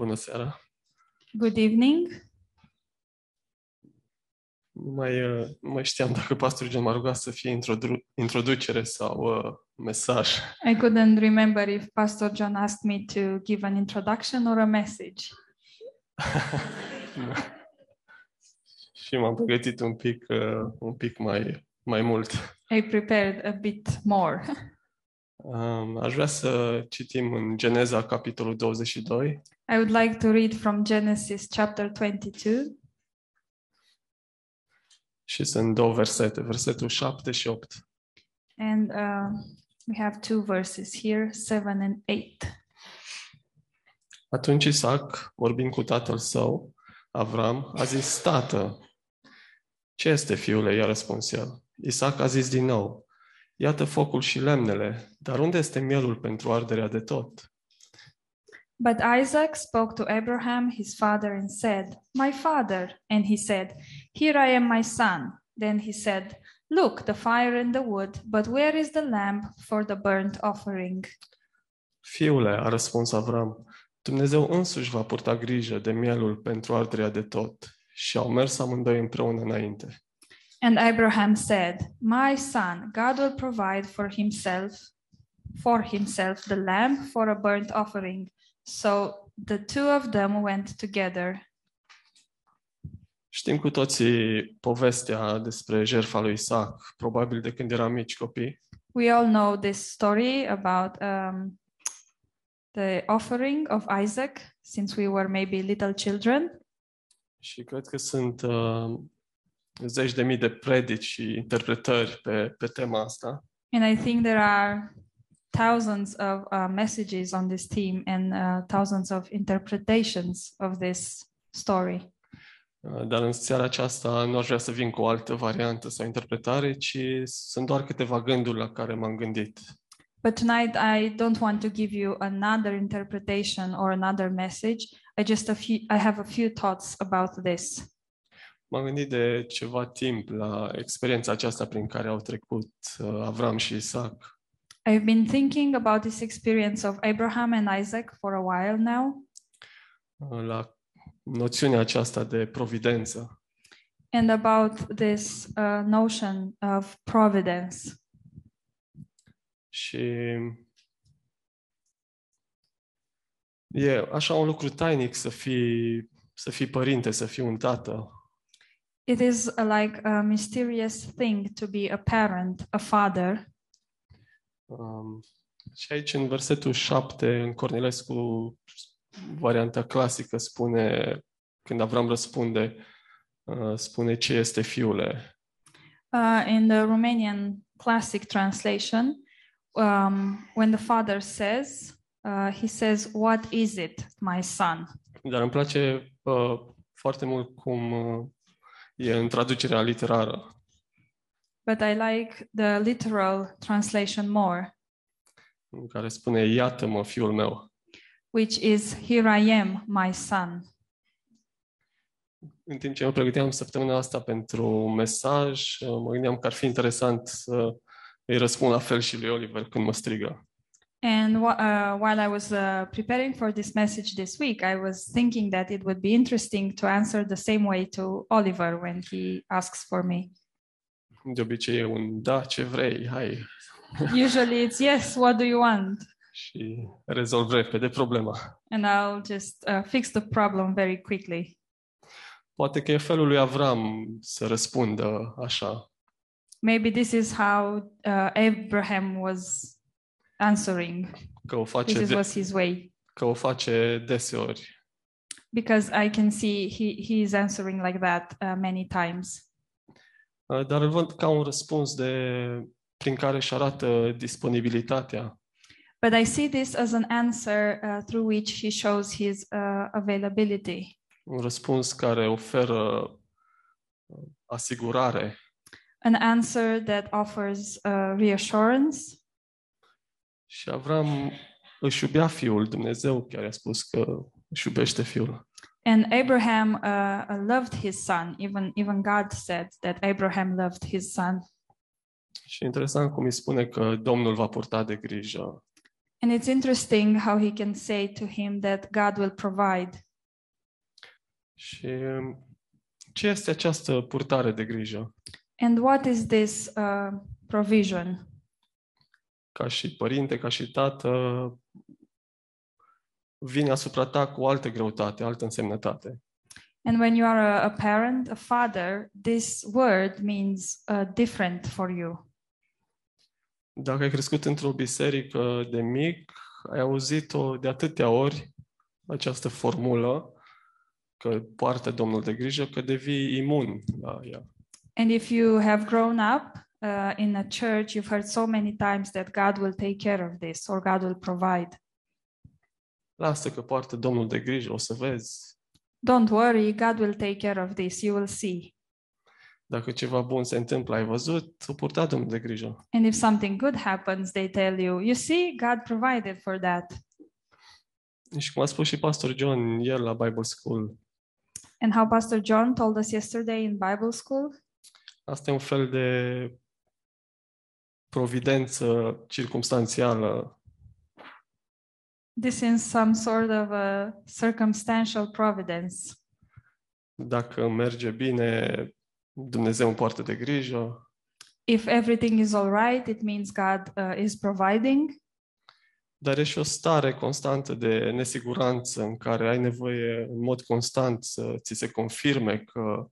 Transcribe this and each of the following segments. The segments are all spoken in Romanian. Bună seara. Good evening. Nu mai, uh, nu mai știam dacă pastorul Gen m-a rugat să fie introdu- introducere sau uh, mesaj. I couldn't remember if Pastor John asked me to give an introduction or a message. Și m-am pregătit un pic, uh, un pic mai, mai mult. I prepared a bit more. Um, aș vrea să citim în Geneza, capitolul 22, I would like to read from Genesis chapter 22 și sunt două versete, versetul 7 și 8. and uh, we have two verses here, 7 and 8. Atunci Isaac, vorbind cu tatăl său, Avram, a zis, Tată, ce este fiule? I-a răspuns el. Isaac a zis din nou, Iată focul și lemnele, dar unde este mielul pentru arderea de tot? But Isaac spoke to Abraham his father and said, My father. And he said, Here I am, my son. Then he said, Look, the fire and the wood, but where is the lamb for the burnt offering? Fiule, a răspuns Avram, Dumnezeu însuși va purta grijă de mielul pentru arderea de tot. Și au mers amândoi împreună înainte. And Abraham said, My son, God will provide for himself for himself the lamb for a burnt offering. So the two of them went together. Știm cu toții povestea despre jertfa lui Isaac, probabil de când eram mici copii. We all know this story about um, the offering of Isaac since we were maybe little children. Și cred că sunt uh, zeci de mii de predici și interpretări pe, pe tema asta. And I think there are thousands of uh, messages on this theme and uh, thousands of interpretations of this story. Uh, Dar în seara aceasta nu aș vrea să vin cu o altă variantă sau interpretare, ci sunt doar câteva gânduri la care m-am gândit. But tonight, I don't want to give you another interpretation or another message. I just a few, I have a few thoughts about this. M-am gândit de ceva timp la experiența aceasta prin care au trecut uh, Avram și Isaac. I've been thinking about this experience of Abraham and Isaac for a while now, uh, la noțiunea aceasta de providență. and about this uh, notion of providence. Și e așa un lucru tainic să fii, să fii părinte, să fii un tată. It is uh, like a mysterious thing to be a parent, a father. Um, și aici, în versetul 7, în Cornilescu, varianta clasică spune, când Avram răspunde, uh, spune ce este fiule. Uh, in the Romanian classic translation, um, when the father says, uh, he says, What is it, my son? Dar îmi place uh, foarte mult cum uh, e în traducerea literară. But I like the literal translation more, în care spune, iată-mă, fiul meu. which is, Here I am, my son. în timp ce mă pregăteam săptămâna asta pentru un mesaj, mă gândeam că ar fi interesant să îi răspund la fel și lui Oliver când mă strigă. And wh- uh, while I was uh, preparing for this message this week, I was thinking that it would be interesting to answer the same way to Oliver when he asks for me. De obicei e un da, ce vrei, hai, Usually it's, Yes, what do you want? și rezolv repede problema. And I'll just uh, fix the problem very quickly. Poate că e felul lui Avram să răspundă așa. maybe this is how uh, Abraham was answering. Că o, This face is, de, was his way. că o face deseori. Because I can see he, he is answering like that uh, many times. Dar îl văd ca un răspuns de, prin care își arată disponibilitatea. But I see this as an answer uh, through which he shows his uh, availability, Un răspuns care oferă uh, asigurare an answer that offers uh, reassurance. Și Avram își iubea fiul, Dumnezeu chiar i-a spus că își iubește fiul. And Abraham uh, loved his son. Even, even God said that Abraham loved his son. Și e interesant cum îi spune că Domnul va purta de grijă. And it's interesting how he can say to him that God will provide. Și um, ce este această purtare de grijă? And what is this uh, provision? Ca și părinte, ca și tată, vine asupra ta cu alte greutate, altă însemnătate. And when you are a, a parent, a father, this word means uh, different for you. Dacă ai crescut într-o biserică de mic, ai auzit-o de atâtea ori, această formulă, că poartă Domnul de grijă, că devii imun la ea. And if you have grown up uh, in a church, you've heard so many times that God will take care of this or God will provide. Lasă că poartă Domnul de grijă, o să vezi. Don't worry, God will take care of this, you will see. Dacă ceva bun se întâmplă, ai văzut, o purta Domnul de grijă. And if something good happens, they tell you, you see, God provided for that. Și cum a spus și pastor John el la Bible School, And how Pastor John told us yesterday in Bible school, asta e un fel de providență circumstanțială. this is some sort of a circumstantial providence. Dacă merge bine, Dumnezeu îmi poartă de grijă. If everything is all right, it means God uh, is providing. dar e și o stare constantă de nesiguranță în care ai nevoie în mod constant să ți se confirme că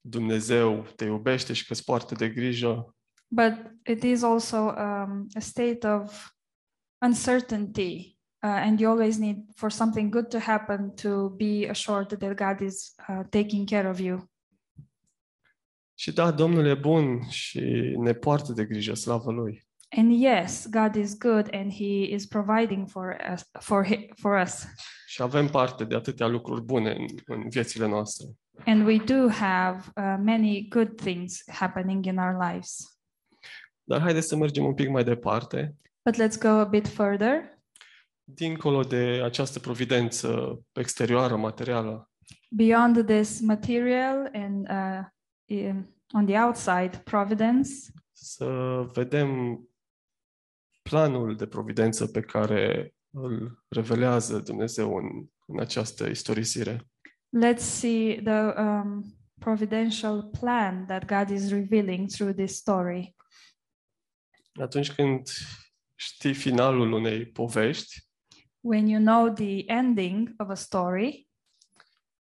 Dumnezeu te iubește și că îți poartă de grijă. But it is also um, a state of uncertainty, uh, and you always need for something good to happen to be assured that God is uh, taking care of you. Și da, Domnul e bun și ne poartă de grijă, slavă Lui. And yes, God is good, and He is providing for us. For hi- for us, Și avem parte de atâtea lucruri bune în, în viețile noastre. and we do have uh, many good things happening in our lives. Dar haideți să mergem un pic mai departe, But let's go a bit further. dincolo de această providență exterioară, materială. beyond this material and uh, in- on the outside providence să vedem planul de providență pe care îl revelează Dumnezeu în, în această istorisire. let's see the um, providential plan that god is revealing through this story Atunci când știi finalul unei povești, when you know the ending of a story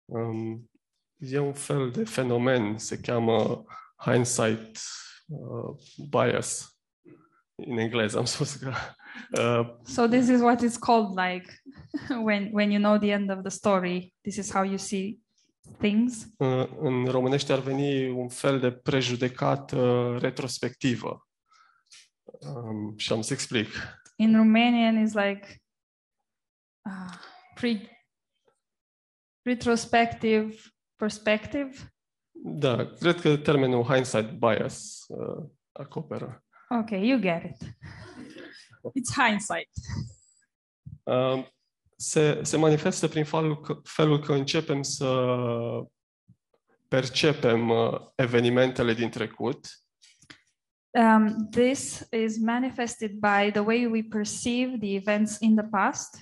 um, e un fel de fenomen, se cheamă hindsight uh, bias. În engleză am spus că uh, so this is what it's called like when when you know the end of the story this is how you see things uh, în românește ar veni un fel de prejudecată retrospectivă. Um, și am să explic. in romanian is like uh, pre retrospective perspective Da, cred că termenul hindsight bias uh, acoperă. Okay, you get it. It's hindsight. Uh, se, se manifestă prin felul că, felul că începem să percepem uh, evenimentele din trecut Um, this is manifested by the way we perceive the events in the past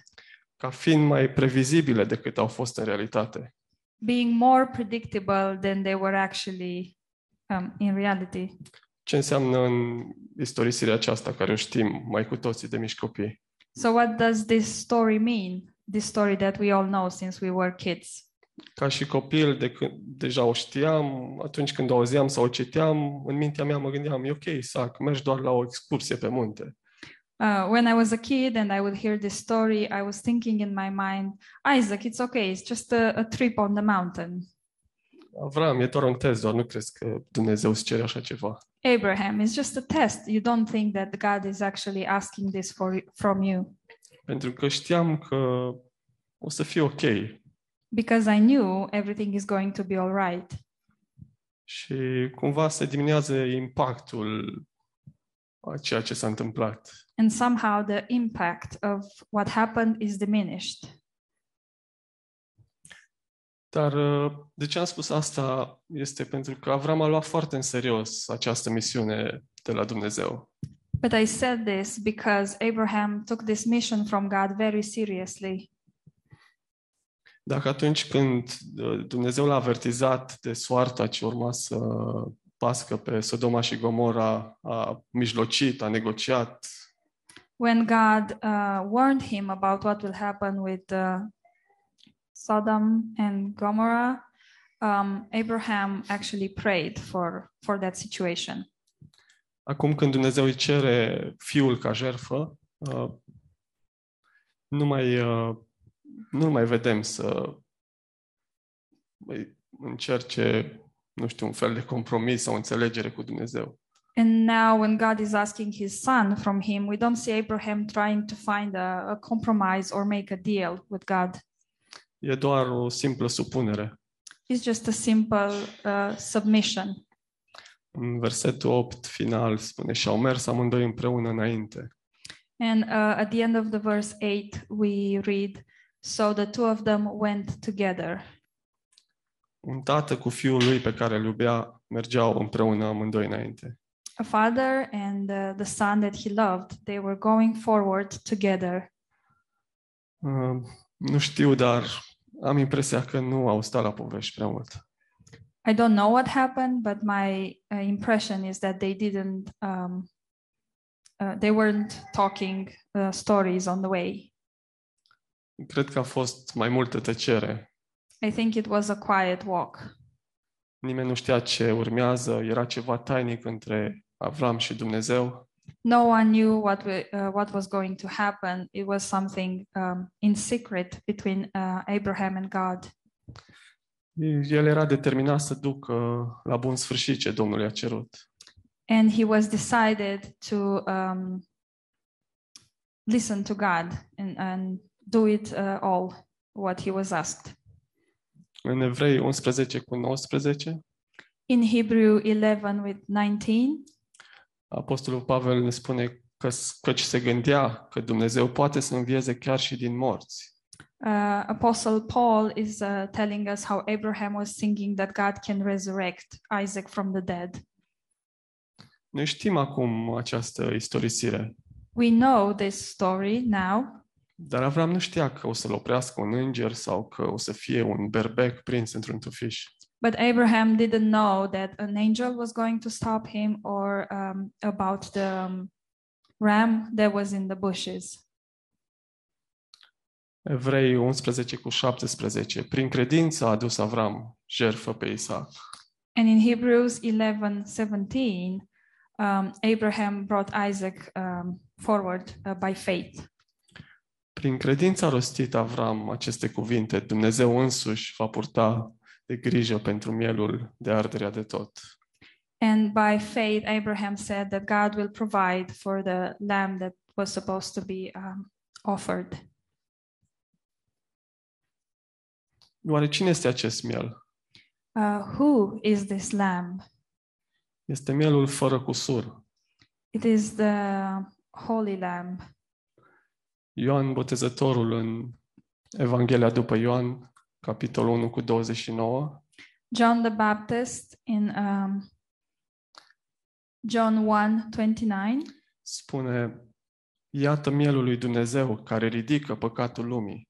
ca fiind mai previzibile decât au fost în realitate. being more predictable than they were actually um, in reality. Ce înseamnă în istorisirea aceasta, care o știm mai cu toții de mici copii? So, what does this story mean? This story that we all know since we were kids. Ca și copil, de când deja o știam, atunci când o auzeam sau o citeam, în mintea mea mă gândeam, e ok, Isaac, mergi doar la o excursie pe munte. Uh, when I was a kid and I would hear this story, I was thinking in my mind, Isaac, it's okay, it's just a, a trip on the mountain. Avram, e doar un test, doar nu crezi că Dumnezeu îți cere așa ceva. Abraham, it's just a test. You don't think that God is actually asking this for from you. Pentru că știam că o să fie ok Because I knew everything is going to be all right. și cumva se diminuează impactul a ceea ce s-a întâmplat. And somehow the impact of what happened is diminished. Dar uh, de ce am spus asta este pentru că Avram a luat foarte în serios această misiune de la Dumnezeu. But I said this because Abraham took this mission from God very seriously. Dacă atunci când uh, Dumnezeu l-a avertizat de soarta ce urma să pască pe Sodoma și Gomora, a mijlocit, a negociat, When God uh, warned him about what will happen with uh, Sodom and Gomorrah, um, Abraham actually prayed for, for that situation. acum când Dumnezeu îi cere fiul ca jertfă, uh, nu mai, uh, nu mai vedem să mai încerce, nu știu, un fel de compromis sau înțelegere cu Dumnezeu. And now, when God is asking his son from him, we don't see Abraham trying to find a, a compromise or make a deal with God. E doar o simplă supunere. It's just a simple uh, submission. În versetul 8 final spune, și au mers amândoi împreună înainte. And uh, at the end of the verse 8, we read, So the two of them went together. Un tată cu fiul lui pe care îl iubea mergeau împreună amândoi înainte. A father and uh, the son that he loved, they were going forward together. Uh, Nu știu, dar am impresia că nu au stat la povești prea mult. I don't know what happened, but my uh, impression is that they didn't, um, uh, they weren't talking uh, stories on the way. Cred că a fost mai multă tăcere. I think it was a quiet walk. Nimeni nu știa ce urmează, era ceva tainic între Avram și Dumnezeu. No one knew what we, uh, what was going to happen. It was something um, in secret between uh, Abraham and God. El era determinat să ducă la bun sfârșit ce Domnul i-a cerut. and he was decided to um, listen to God and, and do it uh, all what he was asked. În Evrei 11 cu 19, In Hebrew 11 with 19, Apostolul Pavel ne spune că, căci se gândea că Dumnezeu poate să învieze chiar și din morți. uh, Apostle Paul is uh, telling us how Abraham was thinking that God can resurrect Isaac from the dead. Noi știm acum această istorisire, We know this story now, Dar Avram nu știa că o să-l oprească un înger sau că o să fie un berbec prins într-un tufiș. but Abraham didn't know that an angel was going to stop him or um, about the um, ram that was in the bushes. Evrei 11 cu 17. Prin credință a adus Avram jertfă pe Isaac. And in Hebrews 11 17, um, Abraham brought Isaac um, forward uh, by faith. Prin credință a rostit Avram aceste cuvinte. Dumnezeu însuși va purta de grijă pentru mielul de arderea de tot. And by faith, Abraham said that God will provide for the lamb that was supposed to be um, offered. Oare cine este acest miel? Uh, who is this lamb? Este mielul fără cusur. It is the holy lamb. Ioan Botezătorul în Evanghelia după Ioan, capitolul 1 cu 29, John the Baptist in um, John 1 29. spune, iată mielul lui Dumnezeu care ridică păcatul lumii.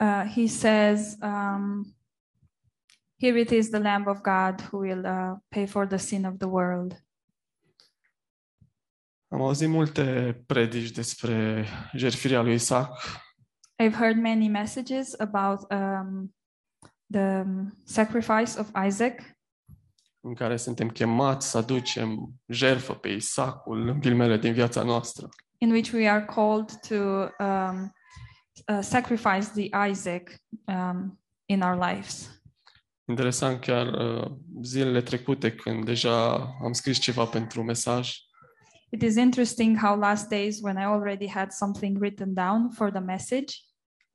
uh, he says, um, Here it is the Lamb of God who will uh, pay for the sin of the world. Am auzit multe predici despre jertfirea lui Isaac, I've heard many messages about um, the um, sacrifice of Isaac, în care suntem chemați să aducem jertfă pe Isacul în filmele din viața noastră. in which we are called to um, uh, sacrifice the Isaac um, in our lives. Interesant, chiar uh, zilele trecute, când deja am scris ceva pentru mesaj, It is interesting how last days, when I already had something written down for the message,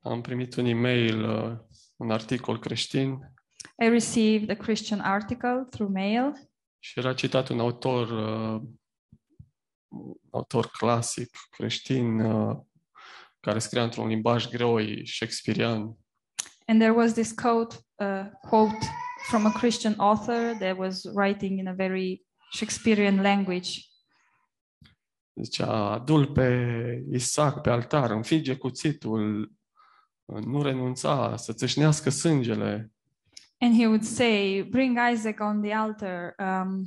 am primit un e-mail, uh, un articol creștin I received a Christian article through mail și era citat un autor, uh, un autor clasic creștin uh, care scria într-un limbaj greoi shakespearian And there was this quote, uh, quote from a Christian author that was writing in a very Shakespearean language. Zicea, adul pe Isaac pe altar, înfige cuțitul, nu renunța, să țâșnească sângele. And he would say, Bring Isaac on the altar, um,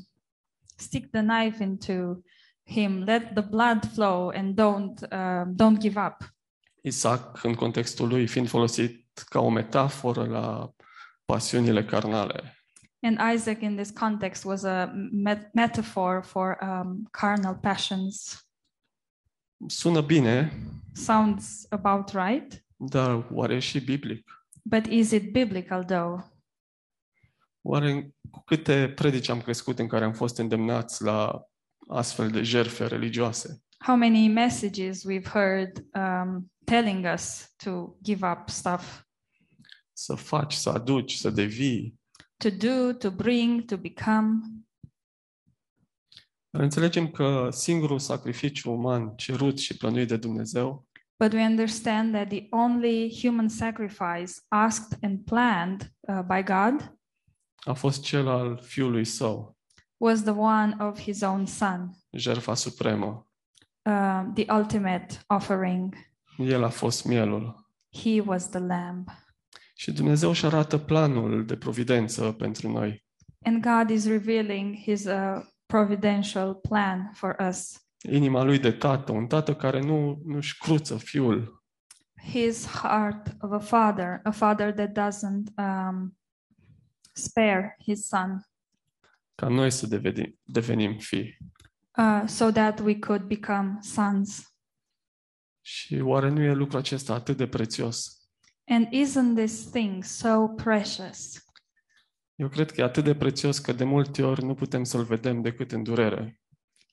stick the knife into him, let the blood flow, and don't, um, don't give up. Isaac, în contextul lui, fiind folosit ca o metaforă la pasiunile carnale. And Isaac, in this context, was a met- metaphor for um, carnal passions. Sună bine, Sounds about right, dar oare e și biblic? but is it biblical though? Oare cu câte predici am crescut în care am fost îndemnați la astfel de jerfe religioase? How many messages we've heard um, telling us to give up stuff Să faci, să aduci, să devii. to do, to bring, to become. Dar înțelegem că singurul sacrificiu uman cerut și plănuit de Dumnezeu But we understand that the only human sacrifice asked and planned uh, by God a fost cel al Fiului Său, was the one of His own Son, jertfa supremă. uh, the ultimate offering. El a fost mielul. He was the Lamb. Și Dumnezeu își arată planul de providență pentru noi. And God is revealing His uh, providential plan for us. Inima lui de tată, un tată care nu, nu-și cruță fiul, His heart of a father, a father that doesn't um, spare his son, ca noi să devenim, devenim fii. uh, so that we could become sons. Și oare nu e lucrul acesta atât de prețios? And isn't this thing so precious? Eu cred că e atât de prețios că de multe ori nu putem să-l vedem decât în durere.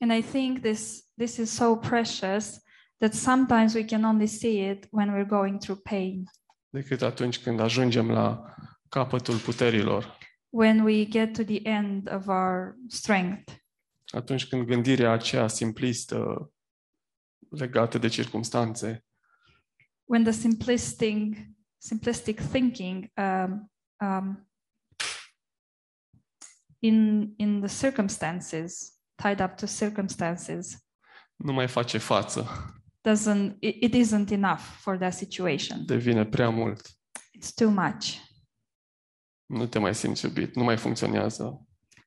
And I think this this is so precious that sometimes we can only see it when we're going through pain, decât atunci când ajungem la capătul puterilor, when we get to the end of our strength, atunci când gândirea aceea simplistă legată de circumstanțe when the simplistic simplistic thinking um, um, in in the circumstances tied up to circumstances nu mai face față, doesn't it, it isn't enough for that situation. devine prea mult, It's too much. nu te mai simți iubit, nu mai funcționează,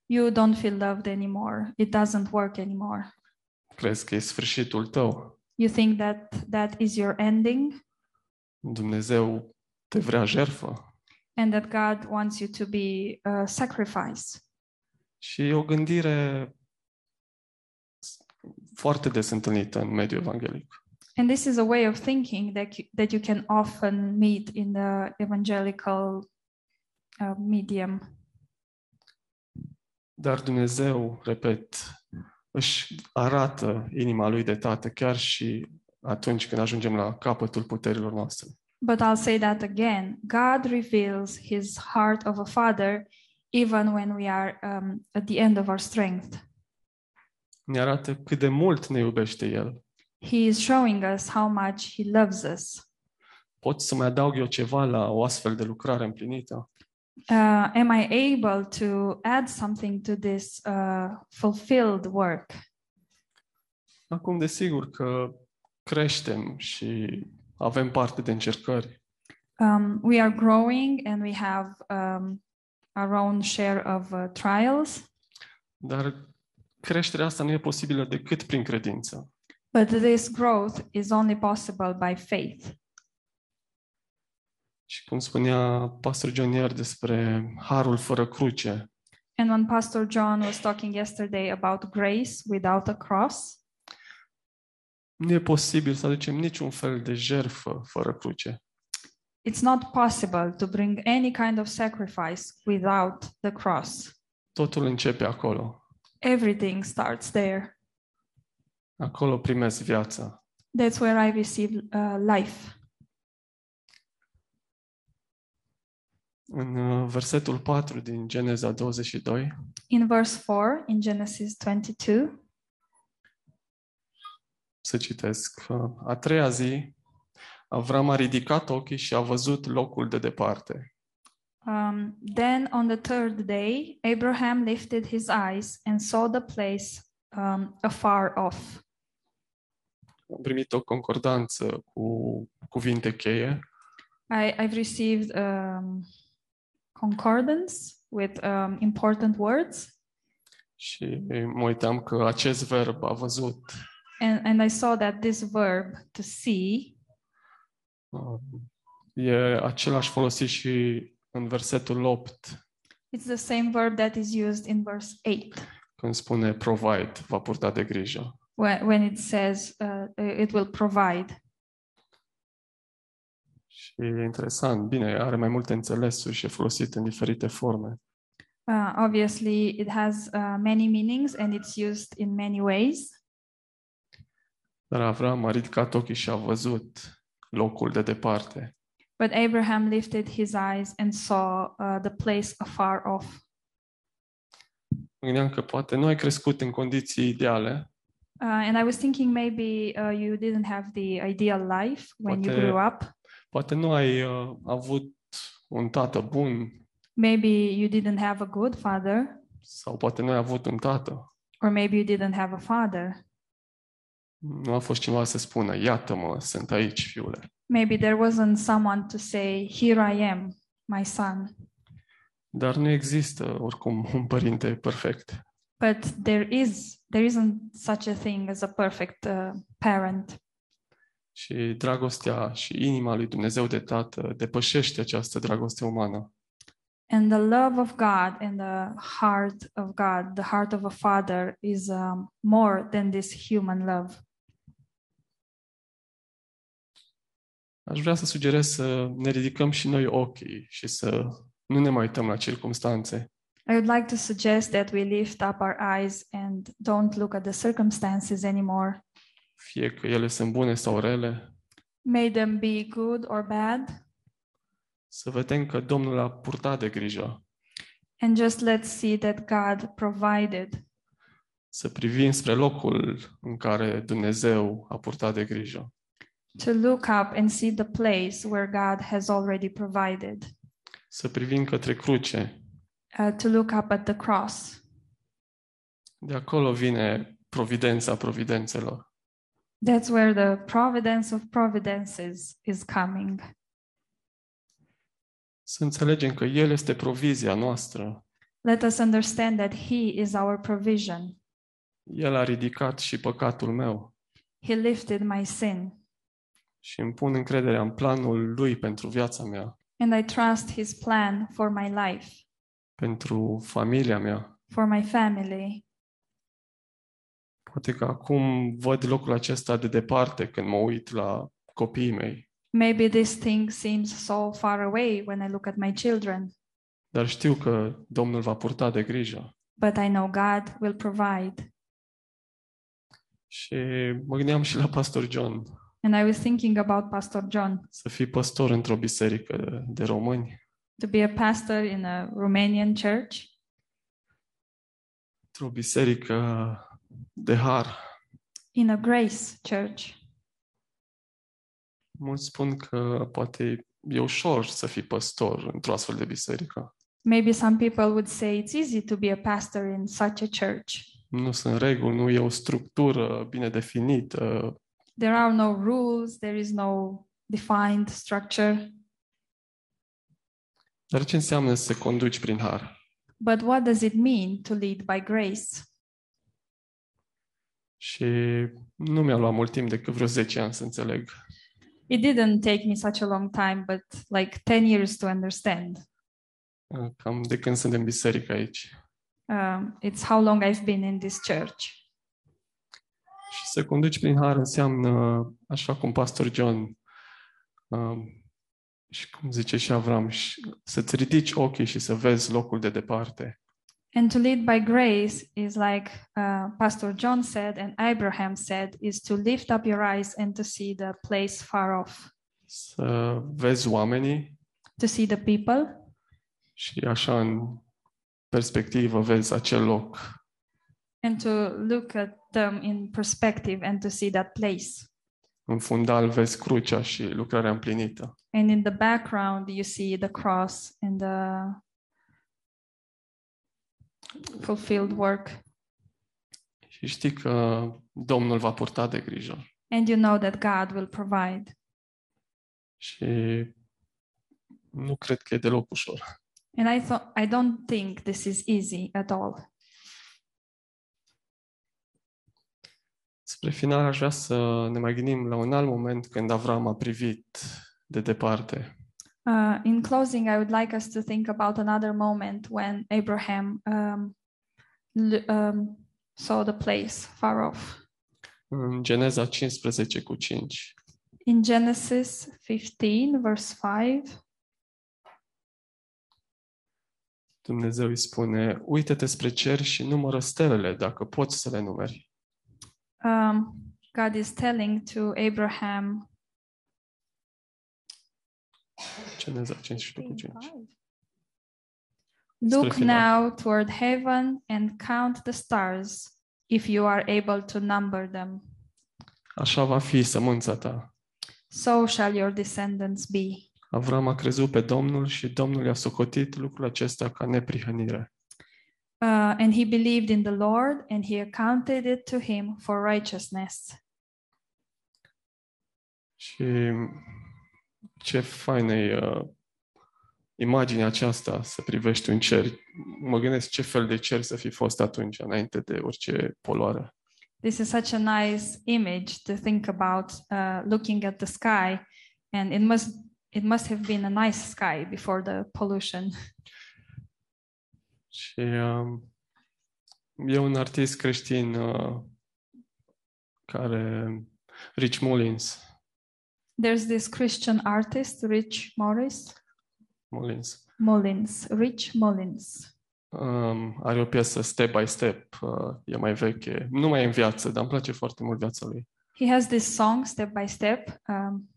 You don't feel loved anymore. It doesn't work anymore. crezi că e sfârșitul tău. You think that that is your ending Dumnezeu te vrea jertfă. and that God wants you to be a sacrifice. Și e o gândire foarte des întâlnită în mediul evanghelic. And this is a way of thinking that you, that you can often meet in the evangelical uh, medium. Dar Dumnezeu, repet, își arată inima lui de tată chiar și atunci când ajungem la capătul puterilor noastre. But I'll say that again God reveals his heart of a father even when we are um, at the end of our strength. Ne arată cât de mult ne iubește El. He is showing us how much he loves us. Pot să mai adaug eu ceva la o astfel de lucrare împlinită? Uh, am I able to add something to this uh, fulfilled work? Acum, desigur că creștem și avem parte de încercări, um, we are growing and we have um, our own share of uh, trials, dar creșterea asta nu e posibilă decât prin credință. but this growth is only possible by faith. Și cum spunea pastor John Ier despre harul fără cruce, And when Pastor John was talking yesterday about grace without a cross, Nu e posibil să aducem niciun fel de jerfă fără cruce. it's not possible to bring any kind of sacrifice without the cross. Totul începe acolo. Everything starts there. Acolo primesc viața. That's where I receive uh, life. În uh, versetul 4 din Geneza 22, In verse 4 in Genesis 22, să citesc, uh, a treia zi, Avram a ridicat ochii și a văzut locul de departe. Um, then on the third day, Abraham lifted his eyes and saw the place um, afar off. am primit o concordanță cu cuvinte cheie I, I've received um, concordance with um, important words, și mă uitam că acest verb a văzut and, and I saw that this verb to see uh, e același folosit și în versetul 8 it's the same verb that is used in verse 8 când spune provide, va purta de grijă. when, when it says uh, it will provide. Și e interesant, bine, are mai multe înțelesuri și e folosit în diferite forme. Uh, obviously, it has uh, many meanings and it's used in many ways. Dar Avram a ridicat ochii și a văzut locul de departe. But Abraham lifted his eyes and saw uh, the place afar off. Mă gândeam că poate nu ai crescut în condiții ideale, Uh, and I was thinking maybe uh, you didn't have the ideal life when you Poate- grew up. poate nu ai uh, avut un tată bun Maybe you didn't have a good father, sau poate nu ai avut un tată. or maybe you didn't have a father. Nu a fost cineva să spună, iată-mă, sunt aici, fiule. Maybe there wasn't someone to say, Here I am, my son. Dar nu există oricum un părinte perfect. But there is, there isn't such a thing as a perfect uh, parent. Și dragostea și inima lui Dumnezeu de Tată depășește această dragoste umană. And the love of God and the heart of God, the heart of a father, is um, more than this human love. Aș vrea să sugerez să ne ridicăm și noi ochii și să nu ne mai uităm la circumstanțe, I would like to suggest that we lift up our eyes and don't look at the circumstances anymore. fie că ele sunt bune sau rele, May them be good or bad, să vedem că Domnul a purtat de grijă, and just let's see that God provided. să privim spre locul în care Dumnezeu a purtat de grijă. To look up and see the place where God has already provided. Să privim către cruce, Uh, to look up at the cross. De acolo vine providența providențelor. That's where the providence of providences is coming. Să înțelegem că El este provizia noastră. Let us understand that He is our provision. El a ridicat și păcatul meu He lifted my sin, și îmi pun încrederea în planul Lui pentru viața mea, and I trust His plan for my life, pentru familia mea. for my family. Poate că acum văd locul acesta de departe când mă uit la copiii mei, Maybe this thing seems so far away when I look at my children, dar știu că Domnul va purta de grijă. but I know God will provide. Și mă gândeam și la pastor John, And I was thinking about Pastor John să fii păstor într-o biserică de români, to be a pastor in a Romanian church, într-o biserică de har. in a grace church. Mulți spun că poate e ușor să fii păstor într-o astfel de biserică. Maybe some people would say it's easy to be a pastor in such a church. Nu sunt reguli, nu e o structură bine definită, There are no rules, there is no defined structure. dar ce înseamnă să conduci prin har? But what does it mean to lead by grace? Și nu mi-a luat mult timp decât vreo 10 ani să înțeleg. It didn't take me such a long time, but like 10 years to understand. Cam de când sunt în biserică aici. Um, it's how long I've been in this church. Și să conduci prin har înseamnă, așa cum pastor John um, și cum zice și Avram, și să-ți ridici ochii și să vezi locul de departe. And to lead by grace is like uh, Pastor John said and Abraham said, is to lift up your eyes and to see the place far off, Să vezi oamenii, to see the people, Și așa în perspectivă vezi acel loc. and to look at them in perspective and to see that place. În fundal vezi crucea și lucrarea împlinită. And in the background, you see the cross and the fulfilled work. Și știi că Domnul va purta de grijă. and you know that God will provide. Și nu cred că e deloc ușor. And I thought I don't think this is easy at all. Spre final aș vrea să ne mai gândim la un alt moment când Avram a privit de departe. Uh, in closing, I would like us to think about another moment when Abraham um, l- um, saw the place far off. În Geneza 15 cu 5. In Genesis 15, verse 5, Dumnezeu îi spune, uită-te spre cer și numără stelele, dacă poți să le numeri. um, God is telling to Abraham. Geneza 15 cu 5. Look final. now toward heaven and count the stars, if you are able to number them. Așa va fi sămânța ta. So shall your descendants be. Avram a crezut pe Domnul și Domnul i-a socotit lucrul acesta ca neprihănire. Uh, and he believed in the Lord, and he accounted it to him for righteousness. Și ce faină e uh, imaginea aceasta, să privești în cer. Mă gândesc ce fel de cer să fi fost atunci, înainte de orice poluare. This is such a nice image to think about, uh, looking at the sky, and it must it must have been a nice sky before the pollution. Și uh, e un artist creștin uh, care, Rich Mullins, There's this Christian artist, Rich Morris Mullins Mullins, Rich Mullins. Um, are o piesă step by step, uh, e mai veche, nu mai e în viață, dar îmi place foarte mult viața lui. He has this song, Step by Step. Um,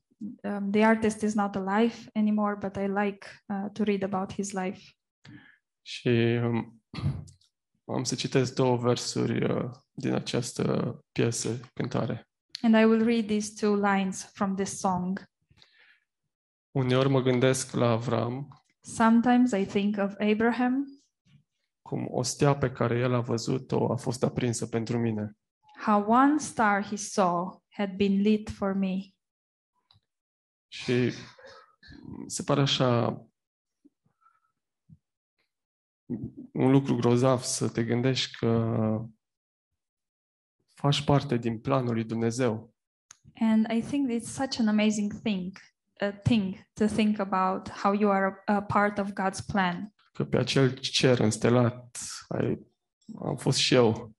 um, the artist is not alive anymore, but I like uh, to read about his life. Și um, am să citesc două versuri uh, din această piesă, cântare. And I will read these two lines from this song. Uneori mă gândesc la Avram Sometimes I think of Abraham, cum o stea pe care el a văzut-o a fost aprinsă pentru mine. how one star he saw had been lit for me. Și se pare așa un lucru grozav să te gândești că faci parte din planul lui Dumnezeu. And I think it's such an amazing thing, a thing to think about how you are a, a part of God's plan. că pe acel cer înstelat ai, am fost și eu.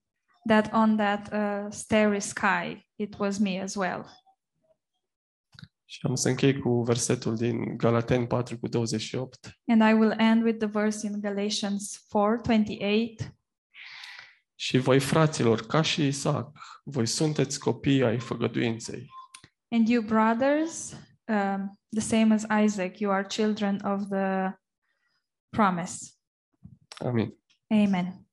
That on that uh, starry sky, it was me as well. Și am să închei cu versetul din Galaten 4 cu 28. And I will end with the verse in Galatians 4:28. Și voi, fraților, ca și Isaac, voi sunteți copii ai făgăduinței. And you brothers, um, the same as Isaac, you are children of the promise. Amin. Amen.